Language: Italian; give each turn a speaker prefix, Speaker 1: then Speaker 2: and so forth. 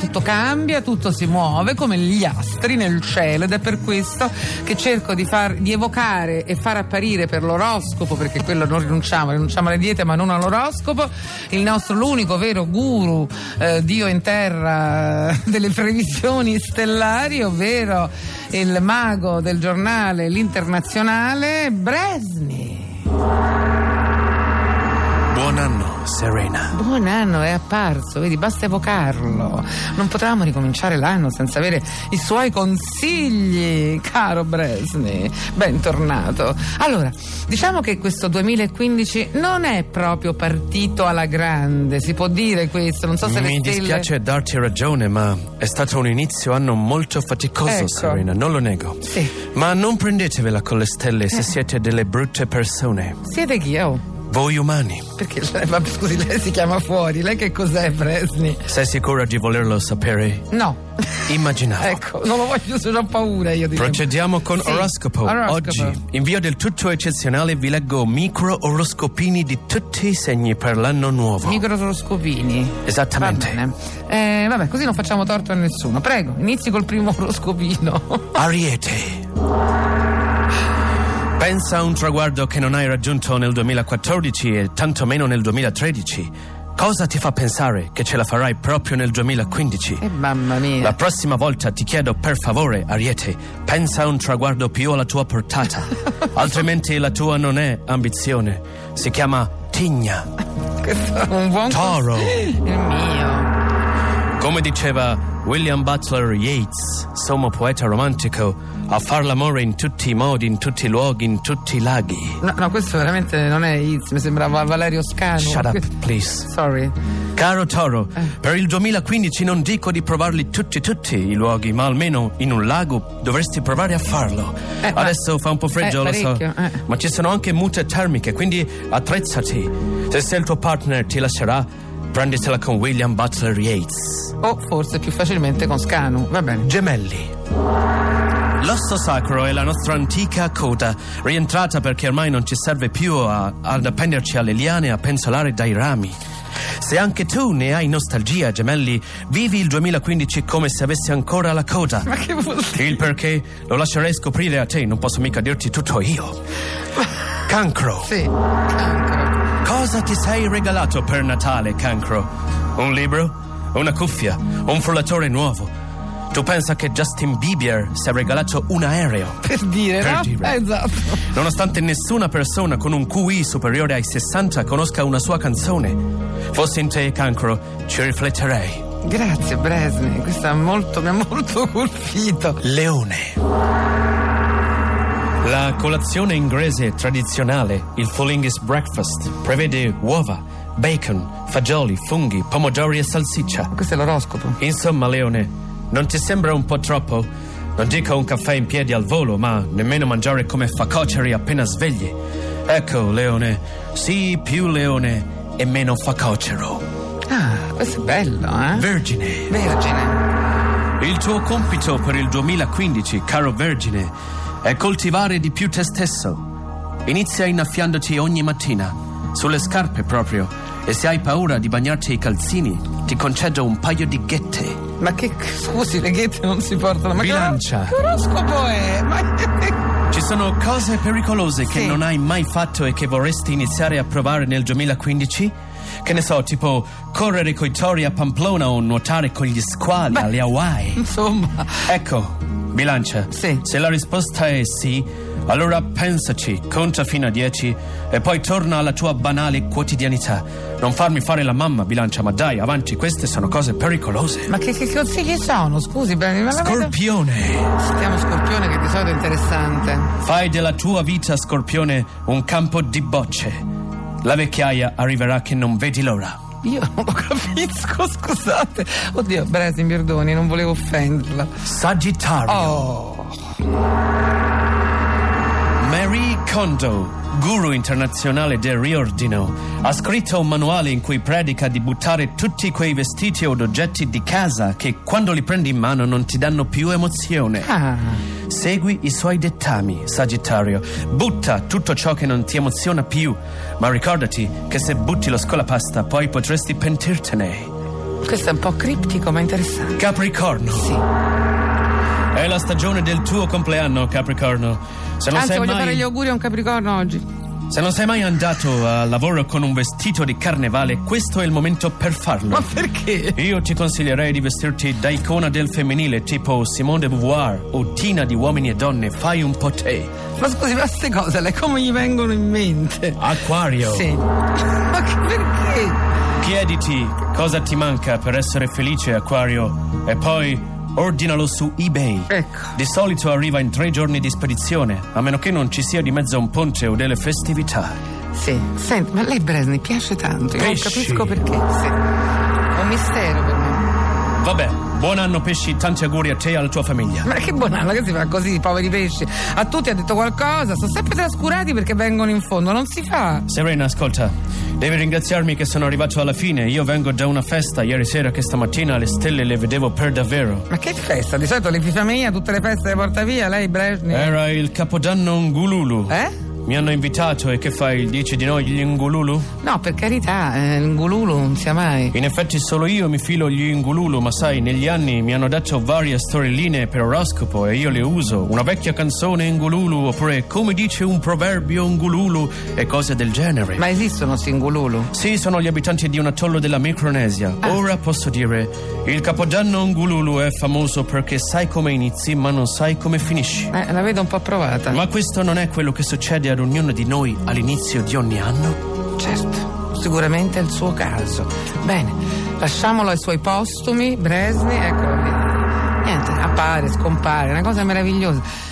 Speaker 1: tutto cambia, tutto si muove come gli astri nel cielo ed è per questo che cerco di, far, di evocare e far apparire per l'oroscopo, perché quello non rinunciamo, rinunciamo alle diete ma non all'oroscopo, il nostro l'unico vero guru, eh, Dio in terra eh, delle previsioni stellari, ovvero il mago del giornale L'Internazionale, Bresni.
Speaker 2: Buon anno, Serena.
Speaker 1: Buon anno, è apparso, vedi, basta evocarlo. Non potevamo ricominciare l'anno senza avere i suoi consigli, caro Bresni. Bentornato. Allora, diciamo che questo 2015 non è proprio partito alla grande, si può dire questo, non so se
Speaker 2: Mi
Speaker 1: le stelle...
Speaker 2: dispiace darti ragione, ma è stato un inizio anno molto faticoso,
Speaker 1: Ecco.
Speaker 2: Serena, non lo nego.
Speaker 1: Sì. Eh.
Speaker 2: Ma non prendetevela con le stelle se siete delle brutte persone.
Speaker 1: Siete chi? Oh.
Speaker 2: Voi umani.
Speaker 1: Perché lei, ma scusi, lei si chiama fuori, lei che cos'è Bresni?
Speaker 2: Sei sicura di volerlo sapere?
Speaker 1: No,
Speaker 2: Immaginavo.
Speaker 1: ecco, non lo voglio, sono ho paura io di
Speaker 2: Procediamo con
Speaker 1: Sì,
Speaker 2: oroscopo.
Speaker 1: oroscopo.
Speaker 2: Oggi, in via del tutto eccezionale, vi leggo micro oroscopini di tutti i segni per l'anno nuovo.
Speaker 1: Microtroscopini.
Speaker 2: Esattamente.
Speaker 1: Va bene. Eh, vabbè, così non facciamo torto a nessuno. Prego, inizi col primo oroscopino.
Speaker 2: Ariete. Pensa a un traguardo che non hai raggiunto nel 2014 e tantomeno nel 2013. Cosa ti fa pensare che ce la farai proprio nel 2015?
Speaker 1: Eh, mamma mia.
Speaker 2: La prossima volta ti chiedo per favore, Ariete, pensa a un traguardo più alla tua portata, altrimenti la tua non è ambizione, si chiama tigna.
Speaker 1: Questo è un buon
Speaker 2: Toro.
Speaker 1: Il mio.
Speaker 2: Come diceva William Butler Yeats, sommo poeta romantico, a far l'amore in tutti i modi, in tutti i luoghi, in tutti i laghi.
Speaker 1: No, no, questo veramente non è Iz, mi sembrava Valerio Scano.
Speaker 2: Shut up,
Speaker 1: Que-
Speaker 2: please.
Speaker 1: Sorry.
Speaker 2: Caro Toro, per il 2015 non dico di provarli tutti tutti i luoghi, ma almeno in un lago dovresti provare a farlo.
Speaker 1: Eh, ma-
Speaker 2: Adesso fa un po' freddo,
Speaker 1: eh,
Speaker 2: lo so,
Speaker 1: parecchio, eh.
Speaker 2: ma ci sono anche mute termiche, quindi attrezzati. Se sei il tuo partner ti lascerà, prenditela con William Butler Yeats.
Speaker 1: O forse più facilmente con Scano. Va bene.
Speaker 2: Gemelli. L'osso sacro è la nostra antica coda, rientrata perché ormai non ci serve più a- ad appenderci alle liane e a penzolare dai rami. Se anche tu ne hai nostalgia, gemelli, vivi il 2015 come se avessi ancora la coda.
Speaker 1: Ma che vuol dire?
Speaker 2: Il perché lo lascerei scoprire a te, non posso mica dirti tutto io. Cancro.
Speaker 1: Sì. Cancro.
Speaker 2: Cosa ti sei regalato per Natale, cancro? Un libro? Una cuffia? Un frullatore nuovo? Tu pensa che Justin Bieber si è regalato un aereo?
Speaker 1: Per dire,
Speaker 2: Per
Speaker 1: no?
Speaker 2: dire.
Speaker 1: Eh, esatto.
Speaker 2: Nonostante nessuna persona con un QI superiore ai 60 conosca una sua canzone. Fossi in te, cancro, ci rifletterei.
Speaker 1: Grazie Bresni, questo ha molto- mi ha molto colpito.
Speaker 2: Leone. La colazione inglese tradizionale, il Fullingis Breakfast, prevede uova, bacon, fagioli, funghi, pomodori e salsiccia.
Speaker 1: Questo è l'oroscopo.
Speaker 2: Insomma, Leone, non ti sembra un po' troppo? Non dico un caffè in piedi al volo, ma nemmeno mangiare come facoceri appena svegli. Ecco, Leone, sii più leone e meno facocero.
Speaker 1: Ah, questo è bello, eh?
Speaker 2: Vergine.
Speaker 1: Vergine.
Speaker 2: Il tuo compito per il 2015, caro Vergine, è coltivare di più te stesso. Inizia innaffiandoti ogni mattina, sulle scarpe proprio, e se hai paura di bagnarti i calzini, ti concedo un paio di ghette.
Speaker 1: Ma che scusi, le ghette non si portano. Ma che-
Speaker 2: Bilancia.
Speaker 1: Che oroscopo è? Ma
Speaker 2: Ci sono cose pericolose che
Speaker 1: Sì.
Speaker 2: non hai mai fatto e che vorresti iniziare a provare nel 2015? Che ne so, tipo correre coi tori a Pamplona o nuotare con gli squali alle Hawaii.
Speaker 1: insomma.
Speaker 2: Ecco, bilancia.
Speaker 1: Sì.
Speaker 2: Se la risposta è sì, allora pensaci, conta fino a 10 e poi torna alla tua banale quotidianità. Non farmi fare la mamma, bilancia, ma dai, avanti, queste sono cose pericolose.
Speaker 1: Ma che, che consigli sono? Scusi, Bresni, ma la
Speaker 2: Scorpione.
Speaker 1: vedo- Stiamo scorpione che di solito è interessante.
Speaker 2: Fai della tua vita, scorpione, un campo di bocce. La vecchiaia arriverà che non vedi l'ora.
Speaker 1: Io non lo capisco, scusate. Oddio, Bresni, mi perdoni, non volevo offenderla.
Speaker 2: Sagittario.
Speaker 1: Oh.
Speaker 2: Marie Kondo, guru internazionale del riordino, ha scritto un manuale in cui predica di buttare tutti quei vestiti od oggetti di casa che quando li prendi in mano non ti danno più emozione.
Speaker 1: Ah.
Speaker 2: Segui i suoi dettami, Sagittario. Butta tutto ciò che non ti emoziona più, ma ricordati che se butti lo scolapasta poi potresti pentirtene.
Speaker 1: Questo è un po' criptico, ma interessante.
Speaker 2: Capricorno.
Speaker 1: Sì.
Speaker 2: È la stagione del tuo compleanno, Capricorno. Se non,
Speaker 1: Anzi,
Speaker 2: sei
Speaker 1: voglio
Speaker 2: mai,
Speaker 1: fare gli auguri a un Capricorno oggi.
Speaker 2: se non sei mai andato a lavoro con un vestito di carnevale, questo è il momento per farlo.
Speaker 1: Ma perché?
Speaker 2: Io ti consiglierei di vestirti da icona del femminile, tipo Simone de Beauvoir o Tina di Uomini e Donne, fai un po' te.
Speaker 1: Ma scusi, ma queste cose le come gli vengono in mente? Oh.
Speaker 2: Acquario,
Speaker 1: Sì. Ma che- perché?
Speaker 2: chiediti cosa ti manca per essere felice, Acquario, e poi ordinalo su eBay.
Speaker 1: Ecco.
Speaker 2: Di solito arriva in tre giorni di spedizione, a meno che non ci sia di mezzo un ponte o delle festività.
Speaker 1: Sì. Senti, ma lei Bresni piace tanto, io non
Speaker 2: Pesci.
Speaker 1: capisco perché. Sì. È un mistero per me.
Speaker 2: Vabbè, buon anno pesci, tanti auguri a te e alla tua famiglia.
Speaker 1: Ma che buonanno che si fa così, poveri pesci. A tutti ha detto qualcosa, sono sempre trascurati perché vengono in fondo, non si fa.
Speaker 2: Serena, ascolta, devi ringraziarmi che sono arrivato alla fine. Io vengo da una festa ieri sera che stamattina le stelle le vedevo per davvero.
Speaker 1: Ma che festa? Di solito l'Epifania, tutte le feste le porta via, lei Bresni.
Speaker 2: Era il capodanno Ngululu.
Speaker 1: Eh?
Speaker 2: Mi hanno invitato e che fai? Dici di no gli Ngululu?
Speaker 1: No, per carità, eh, il Gululu non sia mai.
Speaker 2: In effetti solo io mi filo gli Ngululu, ma sai, negli anni mi hanno dato varie storielline per oroscopo e io le uso. Una vecchia canzone Ngululu oppure come dice un proverbio Ngululu e cose del genere.
Speaker 1: Ma esistono sti Gululu?
Speaker 2: Sì, sono gli abitanti di un atollo della Micronesia. Ora posso dire, il capodanno Ngululu è famoso perché sai come inizi ma non sai come finisci.
Speaker 1: Eh, la vedo un po' provata.
Speaker 2: Ma questo non è quello che succede ad ognuno di noi all'inizio di ogni anno?
Speaker 1: Certo, sicuramente è il suo caso. Bene, lasciamolo ai suoi ecco, postumi, Bresni, eccolo lì. Niente, appare, scompare, è una cosa meravigliosa.